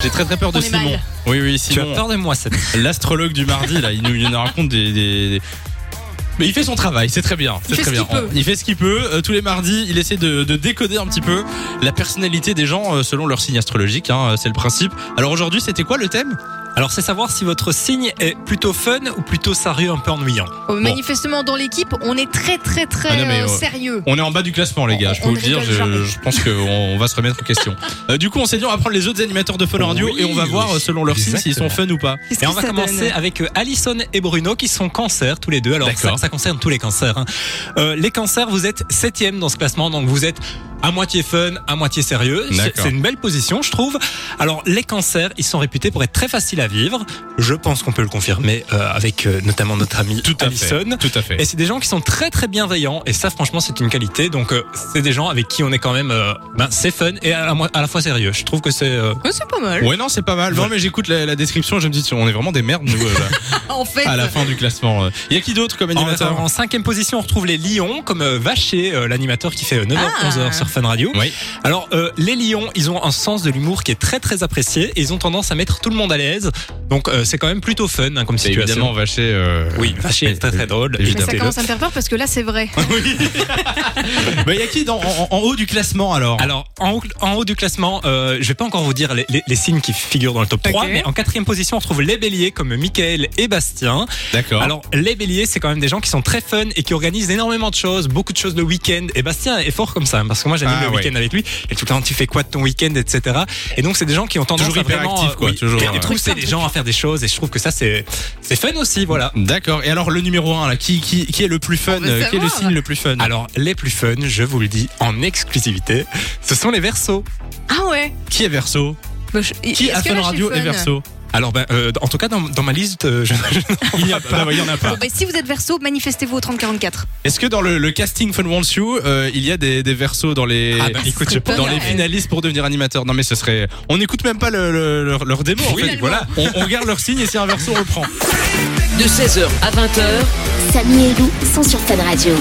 J'ai très très peur de On est Simon. mal. Oui oui Tu as Simon, peur de moi cette l'astrologue du mardi là, il nous, il nous raconte des, des- des- Mais il fait son travail, c'est très bien, c'est fait très ce bien. qu'il peut. Il fait ce qu'il peut. euh, tous les mardis, il essaie de, de décoder un petit peu la personnalité des gens euh, selon leur signe astrologique. hein, euh, c'est le principe. Alors aujourd'hui, c'était quoi le thème Alors c'est savoir si votre signe est plutôt fun ou plutôt sérieux un peu ennuyant. Oh, Manifestement, dans l'équipe, on est très, très, très Ah non, mais, euh, ouais. sérieux. On est en bas du classement, les gars. On- je peux vous le dire. on rigole Je, jamais. je pense qu'on on va se remettre en question. Euh, du coup, on s'est dit on va prendre les autres animateurs de Fun Radio Oui, et on va voir oui, euh, selon leur signe s'ils sont fun ou pas. Qu'est-ce Et on que va ça commencer donne avec euh, Alison et Bruno qui sont cancers tous les deux. Alors D'accord. ça, ça concerne tous les cancers. hein. Euh, les cancers, vous êtes septième dans ce classement, donc vous êtes à moitié fun, à moitié sérieux. C'est- D'accord. C'est une belle position, je trouve. Alors les cancers, ils sont réputés pour être très faciles à vivre. Je pense qu'on peut le confirmer euh, avec euh, notamment notre ami Tout à Alison. fait. Tout à fait. Et c'est des gens qui sont très très bienveillants et ça franchement c'est une qualité donc euh, c'est des gens avec qui on est quand même euh, ben, c'est fun et à la, mo- à la fois sérieux. Je trouve que c'est euh, Ouais, C'est pas mal. Ouais non c'est pas mal. Non mais j'écoute la, la description, je me dis tiens, on est vraiment des merdes nous. euh, là. En fait, à la fin du classement. Il y a qui d'autre comme en, animateur en cinquième position on retrouve les lions comme euh, Vacher euh, l'animateur qui fait 9h-11h Ah. sur Fun Radio. Oui. Alors euh, les lions ils ont un sens de l'humour qui est très très apprécié et ils ont tendance à mettre tout le monde à l'aise donc euh, c'est quand même plutôt fun hein, comme C'est situation. évidemment Vaché. euh, Oui, Vacher est très très drôle. Mais mais évidemment. ça commence à me faire peur parce que là, c'est vrai. Bah, il y a qui dans- en, en- en haut du classement alors Alors, en haut, en haut du classement, euh, je vais pas encore vous dire les, les- les signes qui figurent dans le top 3, Ok. mais en quatrième position, on retrouve les béliers comme Michael et Bastien. D'accord. Alors, les béliers, c'est quand même des gens qui sont très fun et qui organisent énormément de choses, beaucoup de choses le week-end. Et Bastien est fort comme ça, hein, parce que moi, j'anime Ah, le ouais. week-end avec lui. Et tout le temps, tu fais quoi de ton week-end, etc. Et donc, c'est des gens qui ont tendance Toujours à vraiment... hyperactif, quoi, toujours, euh, et- ouais. et pousser les gens à faire des choses. Et je trouve que ça, c'est c'est fun aussi, voilà. D'accord. Et alors le numéro 1 là, qui, qui, qui est le plus fun On veut euh, Qui est le savoir. signe le plus fun Alors, les plus fun, je vous le dis en exclusivité, ce sont les versos. Ah ouais Qui est Verso Bah, je- Qui est-ce à que Fun là, je suis Radio est fun Verso Alors, ben, euh, en tout cas, dans, dans ma liste, euh, je, je Il n'y a pas. il y en a Bon, pas. bah, si vous êtes verso, manifestez-vous au 3044. Est-ce que dans le, le casting Fun Wants You, euh, il y a des, des Verso dans les Ah bah, écoute, je pas dans mal. les finalistes pour devenir animateur Non mais ce serait. On n'écoute même pas le- le- leur, leur démo. en Oui, fait. voilà. On, on garde leur signe et si un Verso on le prend. de 16h à 20h. Samy et Lou sont sur Fan Radio.